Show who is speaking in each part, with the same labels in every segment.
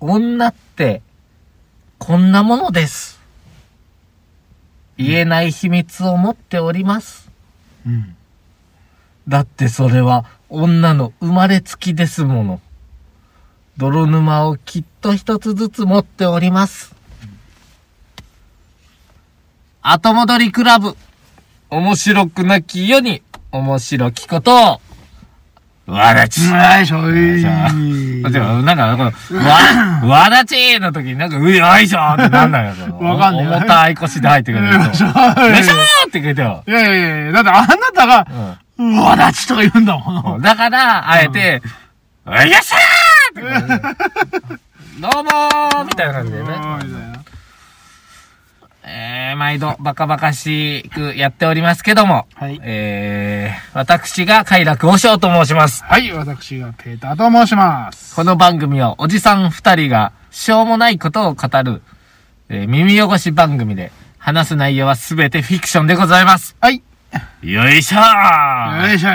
Speaker 1: 女って、こんなものです。言えない秘密を持っております。
Speaker 2: うん。
Speaker 1: だってそれは女の生まれつきですもの。泥沼をきっと一つずつ持っております。後戻りクラブ。面白くなき世に面白きことを。わだち。
Speaker 2: はい、しょい。
Speaker 1: だってなんか、この、わ、 わだちーの時になんか、うよいしょーってなんないよ、その。
Speaker 2: わかんない
Speaker 1: 重たい腰で入ってくる
Speaker 2: よいしょー
Speaker 1: よいしょーって言うてよ。
Speaker 2: いやいやいやいやだってあなた
Speaker 1: う
Speaker 2: が、
Speaker 1: ん。
Speaker 2: うわだちとか言うんだもん。
Speaker 1: だから、あえて、よいしょーってこうどうもーみたいな感じで
Speaker 2: うわーみ
Speaker 1: ね。
Speaker 2: たいな
Speaker 1: えー、毎度バカバカしくやっておりますけども、
Speaker 2: はい
Speaker 1: えー、私が快楽和尚と申します。
Speaker 2: はい、私がペーターと申します。
Speaker 1: この番組はおじさん二人がしょうもないことを語る、えー耳汚し番組で、話す内容はすべてフィクションでございます。
Speaker 2: はい。
Speaker 1: よいしょ
Speaker 2: よ
Speaker 1: ー
Speaker 2: いしょ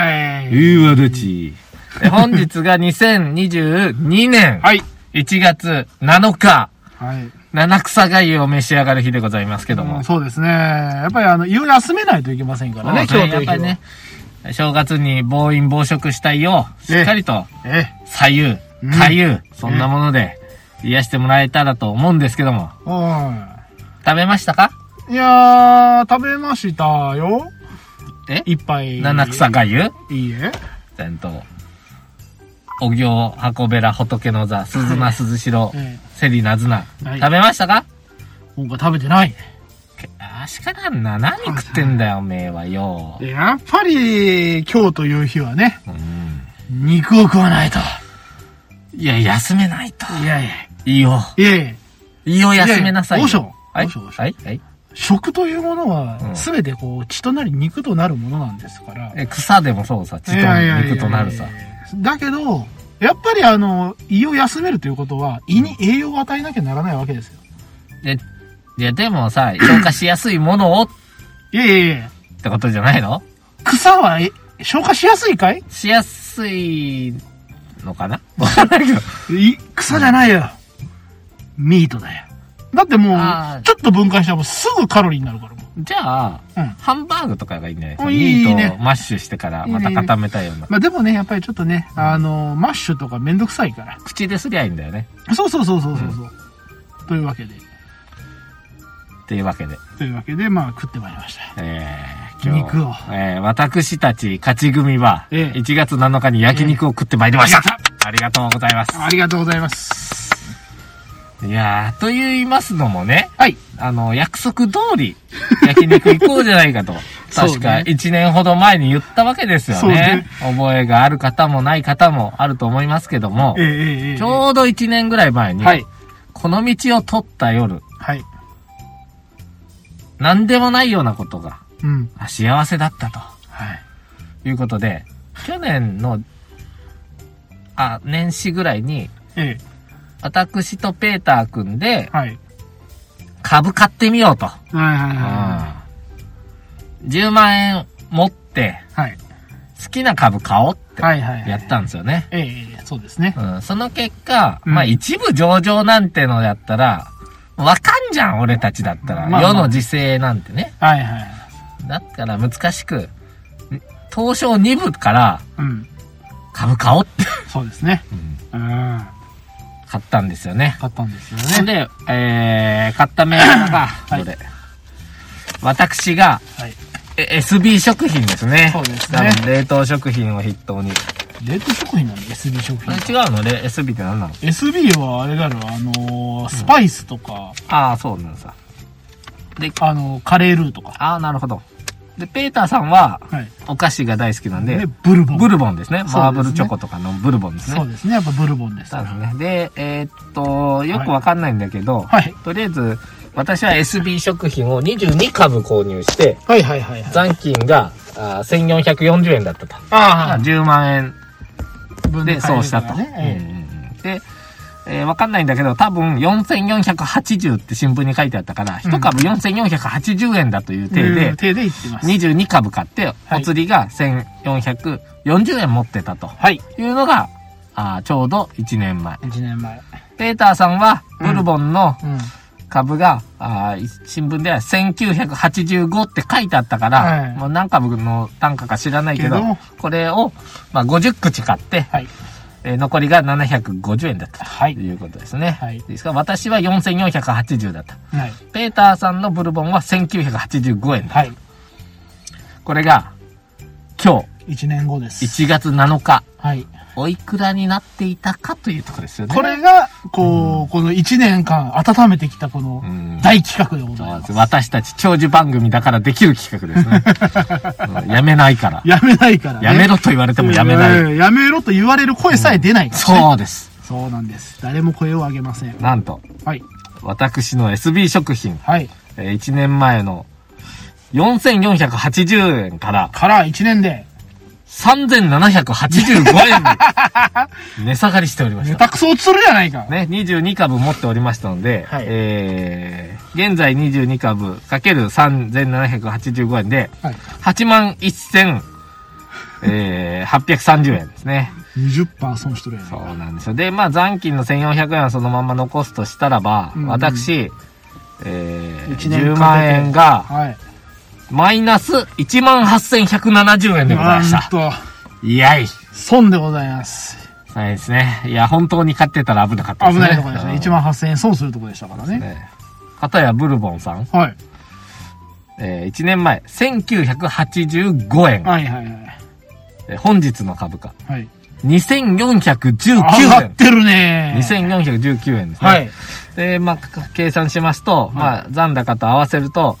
Speaker 2: い。
Speaker 1: うわどち。え本日が2022年
Speaker 2: はい。
Speaker 1: 1月7日、
Speaker 2: はい。
Speaker 1: 七草粥を召し上がる日でございますけど
Speaker 2: う
Speaker 1: も
Speaker 2: ん。そうですね。やっぱりあの、胃を休めないといけませんからね、
Speaker 1: そうねや
Speaker 2: 今日とい
Speaker 1: っ
Speaker 2: う日
Speaker 1: ぱ
Speaker 2: は
Speaker 1: りね。、正月に暴飲暴食したいを、しっかりと、
Speaker 2: え
Speaker 1: 左右
Speaker 2: うん、
Speaker 1: 左右、そんなもので、癒してもらえたらと思うんですけども。
Speaker 2: え。は
Speaker 1: 食べましたか
Speaker 2: い。いやー、食べましたよ。
Speaker 1: え
Speaker 2: 一杯。
Speaker 1: 七草がゆ
Speaker 2: いいえ。
Speaker 1: ちゃんと、お行、箱べら、仏の座、鈴名、鈴代、
Speaker 2: え
Speaker 1: セリナズナ。
Speaker 2: はい
Speaker 1: 食べましたか
Speaker 2: え。今回食べてない。
Speaker 1: けあしかなんな。何食ってんだよ、おめえはよ。
Speaker 2: やっぱり、今日という日はね、
Speaker 1: うん
Speaker 2: 肉を食わないと。
Speaker 1: いや、休めないと。
Speaker 2: いやいや。
Speaker 1: いいよ。
Speaker 2: いやいや。
Speaker 1: いいよ、休めなさいよ。
Speaker 2: いやいや
Speaker 1: はい。
Speaker 2: 王将王将
Speaker 1: はい。はい。
Speaker 2: 食というもの
Speaker 1: う
Speaker 2: は、
Speaker 1: ん
Speaker 2: すべてこう、血となり肉となるものなんですから。
Speaker 1: え、草でもそうさ、血と
Speaker 2: いやいやいやいや
Speaker 1: 肉となるさ。。
Speaker 2: だけど、やっぱりあの、胃を休めるということは、胃に栄養を与えなきゃならないわけですよ。
Speaker 1: で、いや、でも さ、消化しやすいものをっ
Speaker 2: いやいやいや
Speaker 1: てことじゃないの
Speaker 2: 草はえ消化しやすいかい
Speaker 1: しやすいのか なわかんないけど。
Speaker 2: い草じゃないよ。ミートだよ。だっても
Speaker 1: あー
Speaker 2: う、ちょっと分解したらもうすぐカロリーになるからもう。
Speaker 1: じゃあ、
Speaker 2: うん
Speaker 1: ハンバーグとかがいいんじゃないですか
Speaker 2: お
Speaker 1: ミ
Speaker 2: いいね
Speaker 1: ートをマッシュしてからまた固めたような。
Speaker 2: まあでもね、やっぱりちょっとね、あの、マッシュとかめんどくさいから。
Speaker 1: 口ですりゃいいんだよね。
Speaker 2: そうそうそうそうそうそう。というわけで、
Speaker 1: っていうわけで。
Speaker 2: というわけで、まあ食ってまいりました。
Speaker 1: えー、今日
Speaker 2: 肉を
Speaker 1: えー、私たち勝ち組は、
Speaker 2: ええ
Speaker 1: 1月7日に焼肉を食ってまいりました。
Speaker 2: ええや
Speaker 1: ありがとうございます。
Speaker 2: ありがとうございます。
Speaker 1: いやー、と言いますのもね、
Speaker 2: はい。
Speaker 1: あの、約束通り、焼肉行こうじゃないかと。
Speaker 2: そうね
Speaker 1: 確か、1年ほど前に言ったわけですよ
Speaker 2: そう
Speaker 1: ね
Speaker 2: ね。
Speaker 1: 覚えがある方もない方もあると思いますけども
Speaker 2: え、えええええ
Speaker 1: ちょうど1年ぐらい前に、
Speaker 2: はい。
Speaker 1: この道を取った夜、
Speaker 2: はい。
Speaker 1: 何でもないようなことが、
Speaker 2: うん。
Speaker 1: あ幸せだった
Speaker 2: はい。
Speaker 1: ということで、去年の、あ、年始ぐらいに、
Speaker 2: え
Speaker 1: 私とペーター君で
Speaker 2: え、はい。
Speaker 1: 株買ってみようと。
Speaker 2: はいはいは
Speaker 1: うん10万円持って、
Speaker 2: い。はい。
Speaker 1: 好きな株買おうって
Speaker 2: はいはいはい。
Speaker 1: やったんですよね。
Speaker 2: ええ。ええそうですね。
Speaker 1: うん、その結果、
Speaker 2: うん
Speaker 1: まあ一部上場なんてのやったら、わかんじゃん、俺たちだったら。
Speaker 2: まあまあ
Speaker 1: 世の時勢なんてね。
Speaker 2: はいはい。
Speaker 1: だから難しく、ん東証2部から
Speaker 2: うん。
Speaker 1: 株買おうって、
Speaker 2: そうですね。うん。
Speaker 1: 買ったんですよね。
Speaker 2: 買ったんですよ
Speaker 1: そん
Speaker 2: ね。
Speaker 1: で、えー、買った銘柄が、こ
Speaker 2: い
Speaker 1: れ。私が、
Speaker 2: はい。
Speaker 1: え SB 食品ですね。
Speaker 2: そうですね
Speaker 1: 多分冷凍食品を筆頭に。
Speaker 2: 冷凍食品なの ?SB 食
Speaker 1: え
Speaker 2: 品。
Speaker 1: 違うのね ?SB って何なの
Speaker 2: SB はあれだろ、あのー、スパイスとか、
Speaker 1: ああ、そうなのさ。
Speaker 2: あのー、カレールーとか。
Speaker 1: ああ、なるほど。で、ペーターさんは、
Speaker 2: はい。
Speaker 1: お菓子が大好きなんで、
Speaker 2: ね、ブルボン。
Speaker 1: ブルボンですね。
Speaker 2: すね
Speaker 1: マーブルチョコとかのブルボンですね。
Speaker 2: そうですね。やっぱブルボンです
Speaker 1: そ
Speaker 2: か
Speaker 1: う
Speaker 2: ら。
Speaker 1: ですね。で、えーっと、よくわかんないんだけど、
Speaker 2: はい。
Speaker 1: とりあえず、私は SB 食品を22株購入して、
Speaker 2: はいはいはいはい。
Speaker 1: 残金があー1440円だったと。
Speaker 2: あ
Speaker 1: 10万円
Speaker 2: あ
Speaker 1: でそうしたと。
Speaker 2: ね
Speaker 1: うんうんうんで、えーわかんないんだけど、多分4480って新聞に書いてあったから、1株4480円だという
Speaker 2: ええ
Speaker 1: 体で
Speaker 2: うん、手でいってます。
Speaker 1: 22株買って、
Speaker 2: はい
Speaker 1: お釣りが1440円持ってたと
Speaker 2: はい。
Speaker 1: いうのが、あーちょうど1年前。
Speaker 2: 1年前。
Speaker 1: ペーターさんは、ブルボンの
Speaker 2: うん。
Speaker 1: 株が、あーい新聞では1985って書いてあったから、
Speaker 2: はい
Speaker 1: もう何株の単価か知らないけど、
Speaker 2: けど
Speaker 1: これを、まあ、50口買って、
Speaker 2: はい。
Speaker 1: えー残りが750円だった
Speaker 2: は
Speaker 1: と
Speaker 2: い
Speaker 1: いうことですね。
Speaker 2: はい
Speaker 1: ですから私は4480だった。
Speaker 2: はい。
Speaker 1: ペーターさんのブルボンは1985円だ。
Speaker 2: はい。
Speaker 1: これが、今
Speaker 2: 1年後です。
Speaker 1: 日、1月7日、
Speaker 2: はい。
Speaker 1: おいくらになっていたかというところですよね。
Speaker 2: これが、こう、この1年間温めてきたこの
Speaker 1: うん
Speaker 2: 大企画でござい
Speaker 1: そう
Speaker 2: ま。
Speaker 1: ですす私たち長寿番組だからできる企画です ね。うんやめないから。
Speaker 2: やめないから ね。
Speaker 1: やめろと言われてもやめない。
Speaker 2: い。やめろと言われる声さえ出ないからね、
Speaker 1: そうです。
Speaker 2: そうなんです。誰も声を上げません。
Speaker 1: なんと、
Speaker 2: はい。
Speaker 1: 私の SB 食品、
Speaker 2: はい。
Speaker 1: えー1年前の4480円から
Speaker 2: から1年で、
Speaker 1: 3785円 に値下がりしておりまし
Speaker 2: ネ
Speaker 1: た。
Speaker 2: タクソを釣るじゃないか。
Speaker 1: ね、22株持っておりましたので、
Speaker 2: はい
Speaker 1: えー、現在22株かける3785円で、
Speaker 2: はい。
Speaker 1: 8万1000、えー、830円ですね。
Speaker 2: 20%損しとるやない
Speaker 1: そう
Speaker 2: か。
Speaker 1: なんですよ。で、まあ残金の1400円はそのまま残すとしたらば、
Speaker 2: うんうん
Speaker 1: 私、えー、
Speaker 2: 一年かけて
Speaker 1: 10万円が、
Speaker 2: はい。
Speaker 1: マイナス18,170円でございまし
Speaker 2: なん
Speaker 1: た。
Speaker 2: と、
Speaker 1: いやい。
Speaker 2: 損でございます。
Speaker 1: そうですね。いや、本当に買ってたら危なかったです
Speaker 2: 危
Speaker 1: ね。
Speaker 2: ないところでしたね。1万8000円損するところでしたからね。
Speaker 1: ね。かたやブルボンさん、
Speaker 2: はい。
Speaker 1: えー、1年前、1985円。
Speaker 2: はいはいはい。
Speaker 1: えー本日の株価、
Speaker 2: はい。
Speaker 1: 2419
Speaker 2: 上がっ
Speaker 1: 円。
Speaker 2: てるね
Speaker 1: 2419円ですね。
Speaker 2: はい。
Speaker 1: で、まあ、か計算しますと、まあ、残高と合わせると、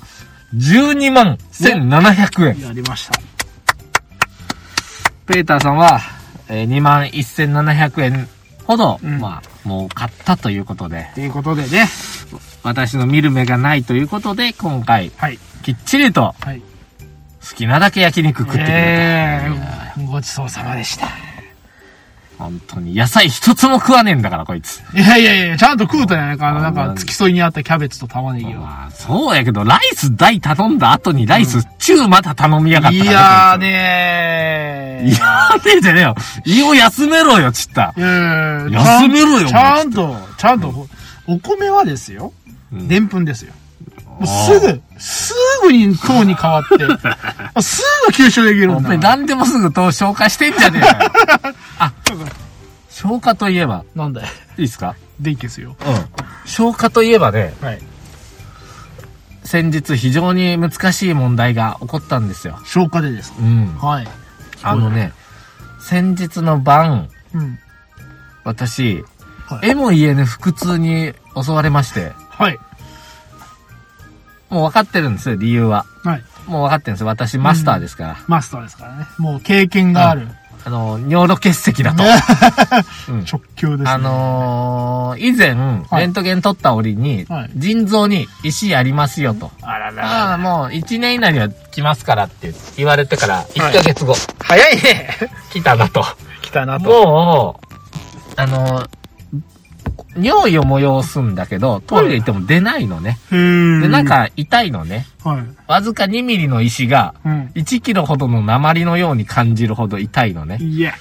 Speaker 1: 12万1700円。
Speaker 2: やりました。
Speaker 1: ペーターさんは、えー、2万1700円ほど、
Speaker 2: うん
Speaker 1: まあ、もう買ったということで、
Speaker 2: ということでね。
Speaker 1: 私の見る目がないということで、今回、
Speaker 2: はい。
Speaker 1: きっちりと
Speaker 2: はい。
Speaker 1: 好きなだけ焼肉食ってくれた。
Speaker 2: えー、ごちそうさまでした。
Speaker 1: 本当に、野菜一つも食わねえんだから、こいつ。
Speaker 2: いやいやいや、ちゃんと食うたんやないか。あの、なん
Speaker 1: あ
Speaker 2: か、
Speaker 1: の
Speaker 2: 付き添いにあったキャベツと玉ねぎを。
Speaker 1: まあ、そうやけど、ライス大頼んだ後にライス中また頼みやがった
Speaker 2: い
Speaker 1: から
Speaker 2: やー
Speaker 1: こ
Speaker 2: ねー。
Speaker 1: いついやーねえじゃねえよ。胃を休めろよ、ちった。
Speaker 2: いやいやいや
Speaker 1: 休めろよ
Speaker 2: ちゃんと、ちゃんと、お米はですよ。
Speaker 1: うん
Speaker 2: でんぷんですよ。も
Speaker 1: あ
Speaker 2: う
Speaker 1: ー
Speaker 2: すぐ、すぐに糖に変 わって、すぐ吸収できる
Speaker 1: お
Speaker 2: ん
Speaker 1: 前
Speaker 2: だ。
Speaker 1: 何でもすぐと消化してんじゃ ねえよ。あ、消化といえば、
Speaker 2: なんだよ。
Speaker 1: いいっすか
Speaker 2: 電気ですよ。
Speaker 1: うん。消化といえばね、
Speaker 2: はい。
Speaker 1: 先日非常に難しい問題が起こったんですよ。
Speaker 2: 消化でですか。
Speaker 1: うん。
Speaker 2: はい。
Speaker 1: あのね、先日の晩、
Speaker 2: うん。
Speaker 1: 私、
Speaker 2: はい。
Speaker 1: えも言えぬ腹痛に襲われまして、
Speaker 2: はい。
Speaker 1: もう分かってるんですよ、理由は。
Speaker 2: はい。
Speaker 1: もう分かってるんですよ。私マスターですから。
Speaker 2: マスターですからね。もう経験がある。
Speaker 1: あの、尿路結石だと。うん
Speaker 2: 直球ですね。
Speaker 1: あのー、以前、
Speaker 2: はい
Speaker 1: レントゲン取った折に、
Speaker 2: はい
Speaker 1: 腎臓に石ありますよと。
Speaker 2: あら
Speaker 1: ああ、
Speaker 2: ら。
Speaker 1: もう1年以内には来ますからって言われてから1
Speaker 2: い
Speaker 1: ヶ月後、
Speaker 2: 早いね。
Speaker 1: 来たなと。
Speaker 2: 来たなと。
Speaker 1: もう、あのー、尿意を催すんだけど、トイレ行っても出ないのね。
Speaker 2: へー
Speaker 1: で、なん、か痛いのね。
Speaker 2: はい。
Speaker 1: わずか2ミリの石が、
Speaker 2: うん。
Speaker 1: 1キロほどの鉛のように感じるほど痛いのね。
Speaker 2: いや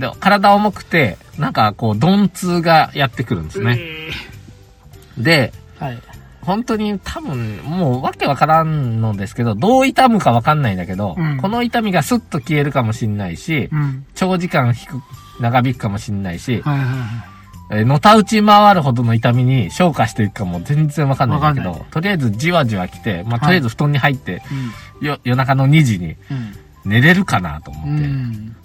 Speaker 1: で体重くて、なんかこう、鈍痛がやってくるんです
Speaker 2: ー。
Speaker 1: ね。
Speaker 2: え
Speaker 1: で、
Speaker 2: ーはい。
Speaker 1: 本当に多分、もうわけわからんのですけど、どう痛むかわかんないんだけど、
Speaker 2: うん
Speaker 1: この痛みがスッと消えるかもしんないし、
Speaker 2: うん。
Speaker 1: 長時間引く、長引くかもしんないし、
Speaker 2: はいはいは
Speaker 1: えーのたうち回るほどの痛みに消化していくかも全然わかんないんだけ
Speaker 2: わかん
Speaker 1: ど、とりあえずじわじわ来て、まあ、
Speaker 2: はい
Speaker 1: とりあえず布団に入って、
Speaker 2: い。
Speaker 1: よ、夜中の2時に
Speaker 2: う
Speaker 1: 寝れるかなと
Speaker 2: ん。
Speaker 1: 思
Speaker 2: う
Speaker 1: って、
Speaker 2: ん。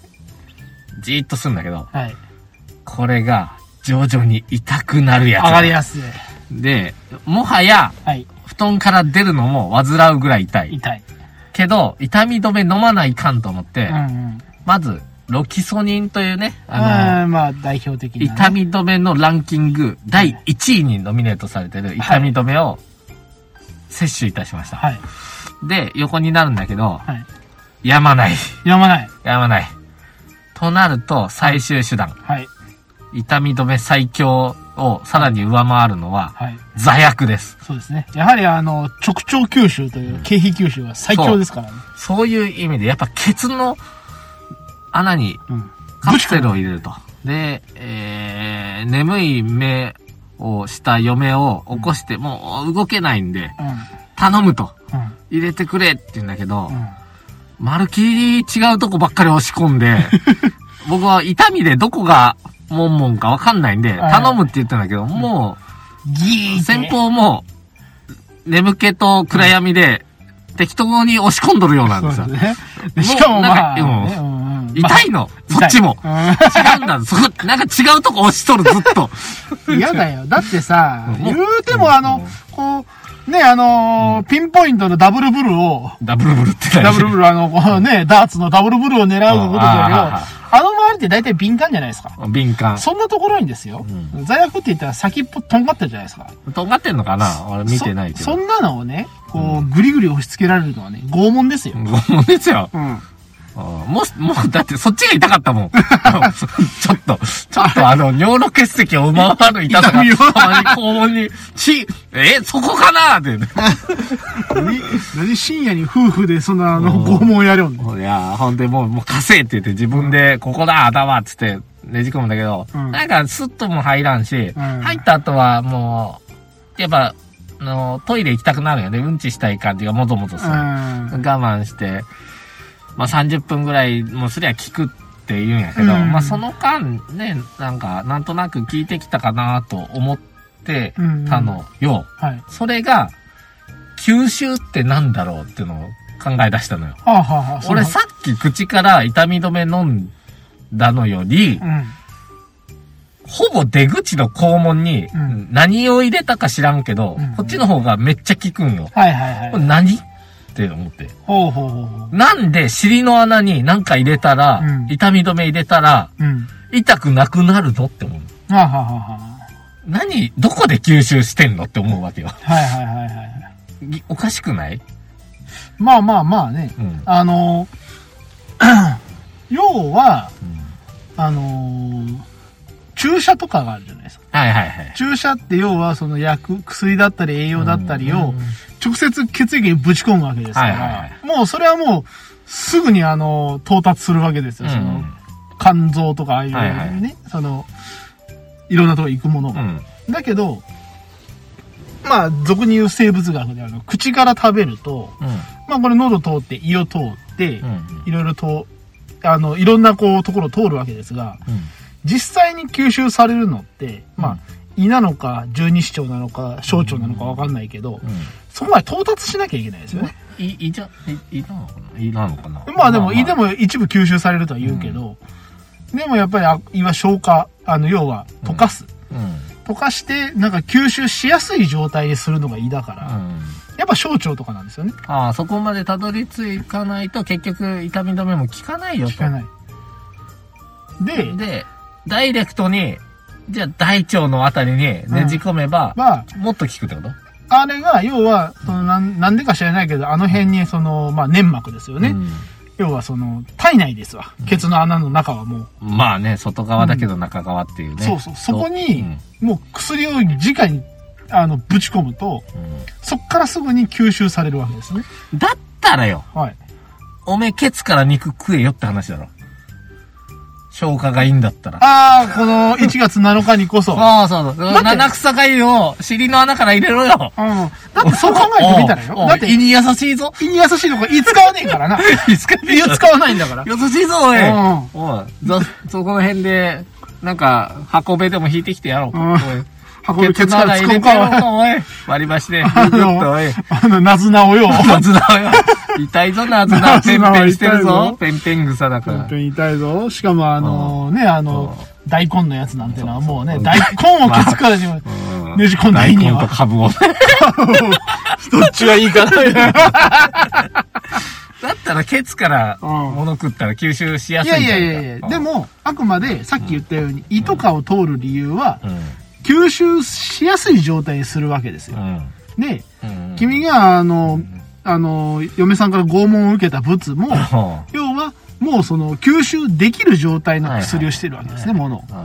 Speaker 1: じーっとするんだけど、
Speaker 2: はい。
Speaker 1: これが徐々に痛くなるや
Speaker 2: 上
Speaker 1: つ。
Speaker 2: がりやすい。
Speaker 1: で、もはや、
Speaker 2: はい。
Speaker 1: 布団から出るのも煩うぐらい痛い。
Speaker 2: 痛い。
Speaker 1: けど、痛み止め飲まないかんと思って、
Speaker 2: うん。
Speaker 1: まず、ロキソニンというね、あの、
Speaker 2: あまあ、代表的な。
Speaker 1: 痛。み止めのランキング第1位にノミネートされてる痛み止めを摂取いたしました。
Speaker 2: はい。
Speaker 1: で、横になるんだけど、
Speaker 2: はい。
Speaker 1: やまない。
Speaker 2: やまない。
Speaker 1: やまない。となると、最終手段。
Speaker 2: はい。
Speaker 1: 痛み止め最強をさらに上回るのは、
Speaker 2: はい。
Speaker 1: 座薬です。
Speaker 2: そうですね。やはりあの、直腸吸収という、経皮吸収は最強ですからね。
Speaker 1: そういう意味で、やっぱケツの穴に
Speaker 2: うん。
Speaker 1: カプセルを入れると。で、えー、眠い目をした嫁を起こして、もう動けないんで、
Speaker 2: うん。
Speaker 1: 頼むと、
Speaker 2: うん。
Speaker 1: 入れてくれって言うんだけど、
Speaker 2: うん。
Speaker 1: まるっきり違うとこばっかり押し込ん で、僕は痛みでどこがモンモンかわかんないんで、
Speaker 2: はい
Speaker 1: 頼むって言ったんだけど、も
Speaker 2: ギー
Speaker 1: う、
Speaker 2: って
Speaker 1: 先方も、眠気と暗闇で、適当に押し込んどるようなんです
Speaker 2: そう
Speaker 1: よ。
Speaker 2: ですね。しかもまあ、
Speaker 1: もうなんか
Speaker 2: ねうん
Speaker 1: 痛いの、そっちも。。
Speaker 2: まあ痛い
Speaker 1: 違うんだ、そこ、なんか違うとこ押しとる、ずっと。
Speaker 2: うん嫌だ よ。だってさ、
Speaker 1: うん
Speaker 2: 言うてもあの、こう、ね、あのーピンポイントのダブルブルを、
Speaker 1: ダブルブルって
Speaker 2: ダブルブ
Speaker 1: ル。
Speaker 2: ル、あの、こうね、ダーツのダブルブルを狙うことだ
Speaker 1: うんあーは
Speaker 2: よ。あの周りって大体敏感じゃないですか。
Speaker 1: 敏感。
Speaker 2: そんなところにですよ、
Speaker 1: う
Speaker 2: 罪悪って言ったら先っぽとんがってるじゃないですか。
Speaker 1: とんがってんのかな俺見てないけ
Speaker 2: そ。
Speaker 1: ど。
Speaker 2: そんなのをね、こう、ぐりぐり押し付けられるのはね、拷問ですよ。
Speaker 1: 拷問ですよ。
Speaker 2: うん。
Speaker 1: うんもう、もう、だってそっちが痛かった もん。ちょっと、ちょっとあの、尿路結石を上回る痛さが、たま
Speaker 2: 痛み
Speaker 1: に
Speaker 2: を
Speaker 1: 肛門に、ち、え、そこかなって、
Speaker 2: 何、何深夜に夫婦でそんな、あの、
Speaker 1: うん
Speaker 2: 拷問やるん
Speaker 1: いや、ほんでもう、もう稼いって言って自分で、ここだ、頭っつってねじ込むんだけど、
Speaker 2: うん
Speaker 1: なんかスッとも入らんし、
Speaker 2: ん
Speaker 1: 入った後はもう、やっぱ、あの、トイレ行きたくなるよね。うんちしたい感じがもぞもぞす
Speaker 2: う
Speaker 1: る。
Speaker 2: ん。
Speaker 1: 我慢して、まあ、30分ぐらいもすりゃ効くって言うんやけど、
Speaker 2: うん
Speaker 1: まあ、その間ね、なんか、なんとなく効いてきたかなと思って
Speaker 2: うん
Speaker 1: たのよ。
Speaker 2: はい。
Speaker 1: それが、吸収ってなんだろうっていうのを考え出したのよ。
Speaker 2: はあ、はあはあ、
Speaker 1: 俺
Speaker 2: そ
Speaker 1: さっき口から痛み止め飲んだのより
Speaker 2: う、なん、
Speaker 1: ほぼ出口の肛門に
Speaker 2: うん
Speaker 1: 何を入れたか知らんけど、
Speaker 2: うん
Speaker 1: こっちの方がめっちゃ効くんよ。
Speaker 2: うん。はいはい
Speaker 1: こ
Speaker 2: は
Speaker 1: れ
Speaker 2: い。
Speaker 1: 何って思って。
Speaker 2: ほうほうほうほう。
Speaker 1: なんで尻の穴に何か入れたら、
Speaker 2: うん
Speaker 1: 痛み止め入れたら、
Speaker 2: うん。
Speaker 1: 痛くなくなるのって思う。
Speaker 2: はあ、はあはあは
Speaker 1: 何、どこで吸収してんのって思うわけよ。
Speaker 2: あ、はいはいはいはい。
Speaker 1: ぎおかしくない
Speaker 2: まあまあまあね。
Speaker 1: うん。うん
Speaker 2: あの、 要は、あのー注射とかがあるじゃないですか。
Speaker 1: はいはいはい。
Speaker 2: 注射って要はその薬、薬だったり栄養だったり
Speaker 1: う
Speaker 2: を
Speaker 1: ん
Speaker 2: 直接血液にぶち込むわけですから、
Speaker 1: はいはいは
Speaker 2: もうそれはもうすぐにあの、到達するわけですよ。その肝臓とかああいうね、
Speaker 1: はいは
Speaker 2: その、いろんなとこ行くもの
Speaker 1: う
Speaker 2: が。
Speaker 1: ん。
Speaker 2: だけど、まあ、俗に言う生物学であの、口から食べると、
Speaker 1: うん。
Speaker 2: まあこれ喉通って、胃を通って、
Speaker 1: うん。
Speaker 2: いろいろと、あの、いろんなこう、ところを通るわけですが、実際に吸収されるのって、まあ、胃なのか、十二指腸なのか、小腸なのかわかんないけど、
Speaker 1: うん。
Speaker 2: そこまで到達しなきゃいけないですよね。
Speaker 1: い、いじゃ、い、いなのかないなのかな
Speaker 2: まあでも、胃で、も一部吸収されるとは言うけど、でもやっぱりあ胃は消化、あの、要は溶かす。
Speaker 1: うん。うん。
Speaker 2: 溶かして、なんか吸収しやすい状態にするのが胃だから、やっぱ小腸とかなんですよね。
Speaker 1: ああ、そこまでたどり着かないと結局痛み止めも効かないよと。
Speaker 2: 聞かない。で、
Speaker 1: で、ダイレクトに、じゃあ大腸のあたりにねじ込めば、
Speaker 2: まあ、
Speaker 1: もっと効くってこと
Speaker 2: あれが、要は、そのなん、なんでか知らないけど、あの辺に、その、まあ、粘膜ですよね。
Speaker 1: うん
Speaker 2: 要は、その、体内ですわ。ケツの穴の中はもう。
Speaker 1: まあね、外側だけど中側っていうね。
Speaker 2: そうそう。そこに
Speaker 1: うん、
Speaker 2: もう薬を直に、あの、ぶち込むと、
Speaker 1: うん
Speaker 2: そっからすぐに吸収されるわけですね。
Speaker 1: だったらよ、
Speaker 2: はい。
Speaker 1: おめえケツから肉食えよって話だろ。消化がいいんだったら。
Speaker 2: ああ、この、1月7日にこそ。うん。だ
Speaker 1: そうそうそう。
Speaker 2: だって
Speaker 1: 七草がゆを尻の穴から入れろよ。
Speaker 2: って、そう考えてみたらよ
Speaker 1: おう。おう
Speaker 2: だって、
Speaker 1: 胃
Speaker 2: 胃
Speaker 1: に優しいぞ。
Speaker 2: に優しいとこ、胃使わねえからな。
Speaker 1: いつか
Speaker 2: 胃を使わないんだから。
Speaker 1: 優しいぞ、おい。
Speaker 2: うん
Speaker 1: おい、そ、そこの辺で、なんか、箱べでも引いてきてやろう。
Speaker 2: うん
Speaker 1: おい
Speaker 2: 運ぶケ
Speaker 1: ケ
Speaker 2: ツ
Speaker 1: ツ
Speaker 2: から
Speaker 1: 穴
Speaker 2: 突
Speaker 1: 入れ
Speaker 2: っ込む
Speaker 1: てやろう
Speaker 2: か。
Speaker 1: か、おい。割り箸で、ぐっ
Speaker 2: あ
Speaker 1: と、おい
Speaker 2: の。、あの、なずなをよ。
Speaker 1: ナズナよ。痛いぞ、ナズナ。ペ
Speaker 2: ナズ
Speaker 1: ン
Speaker 2: ナは
Speaker 1: ペンしてる
Speaker 2: 痛い
Speaker 1: ぞ
Speaker 2: ぞ。
Speaker 1: ペンペン草だか
Speaker 2: 本
Speaker 1: ら
Speaker 2: 当。に痛いぞ。しかもあのね、あの、大根のやつなんてのはもうね、大根をケツからにも
Speaker 1: うん
Speaker 2: ねじ込んだ
Speaker 1: 大
Speaker 2: 胃に
Speaker 1: 根と
Speaker 2: は。
Speaker 1: 株をね。
Speaker 2: どっちがいいかな。
Speaker 1: だったら、ケツから
Speaker 2: うん
Speaker 1: 物食ったら吸収しや
Speaker 2: い
Speaker 1: すい
Speaker 2: や
Speaker 1: ん
Speaker 2: い
Speaker 1: じゃ
Speaker 2: や
Speaker 1: ないいか。
Speaker 2: やいや、
Speaker 1: うん
Speaker 2: で、も、あくまでさっき言ったように、胃とかを通る理由は、
Speaker 1: うん。
Speaker 2: 吸収しやすい状態にするわけですよ。
Speaker 1: うん
Speaker 2: で、
Speaker 1: うん。
Speaker 2: 君があの、あの、嫁さんから拷問を受けた物も、
Speaker 1: うん、
Speaker 2: 要は、もうその吸収できる状態の薬をしてるわけですね、ものを。
Speaker 1: うん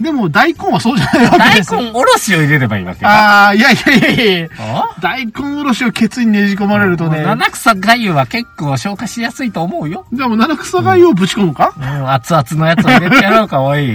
Speaker 2: でも大根はそうじゃないわけ
Speaker 1: 大
Speaker 2: ですよ。
Speaker 1: 根おろしを入れればいいわけだ。
Speaker 2: ああ、いやいやいやいや
Speaker 1: あ
Speaker 2: 大根おろしをケツにねじ込まれるとね、
Speaker 1: 七草がゆは結構消化しやすいと思うよ。
Speaker 2: でも七草がゆをぶち込むか、
Speaker 1: うん、熱々のやつを入れてやろうか、おい。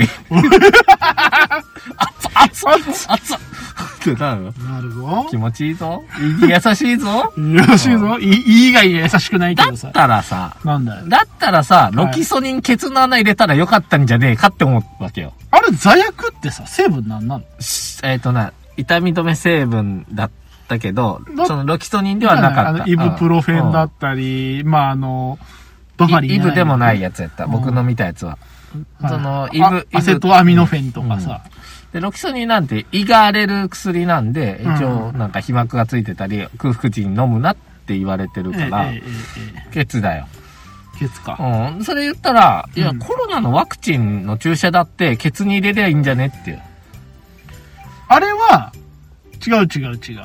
Speaker 1: 熱々熱々ってなるの
Speaker 2: なるぞ
Speaker 1: 気。持ちいいぞ。優しいぞ。
Speaker 2: よろしいぞ。いい以外には優しくないけ
Speaker 1: だ
Speaker 2: どさ
Speaker 1: っ。たらさ、
Speaker 2: なんだよ。
Speaker 1: だったらさ、ロキソニンケツの穴入れたらよかったんじゃねえかって思うわけよ。
Speaker 2: あれ、座薬ってさ、成分なんなの
Speaker 1: しえっ、とな、痛み止め成分だったけど
Speaker 2: だ、
Speaker 1: そのロキソニンではなか
Speaker 2: あ
Speaker 1: っ
Speaker 2: の
Speaker 1: た。
Speaker 2: イブプロフェンだ
Speaker 1: っ
Speaker 2: ったり、まあ、あの、バファリン
Speaker 1: イ
Speaker 2: じゃ。
Speaker 1: イブでもないいやつやった。
Speaker 2: うん
Speaker 1: 僕の見たやつは。
Speaker 2: はい
Speaker 1: その、イ
Speaker 2: あ
Speaker 1: ブ、
Speaker 2: ア
Speaker 1: イ
Speaker 2: セ
Speaker 1: ブ。
Speaker 2: トアミノフェンとかさ。
Speaker 1: で、ロキソニンなんて胃が荒れる薬なんで、一
Speaker 2: う
Speaker 1: 応なんか皮膜がついてたり、空腹時に飲むなって言われてる
Speaker 2: ええ
Speaker 1: から
Speaker 2: え、ええ
Speaker 1: ケツだよ。
Speaker 2: えケツか。
Speaker 1: うん。それ言ったら、いや、
Speaker 2: うん
Speaker 1: コロナのワクチンの注射だって、ケツに入れりゃいいんじゃねっていう。
Speaker 2: あれは、違う違う違う。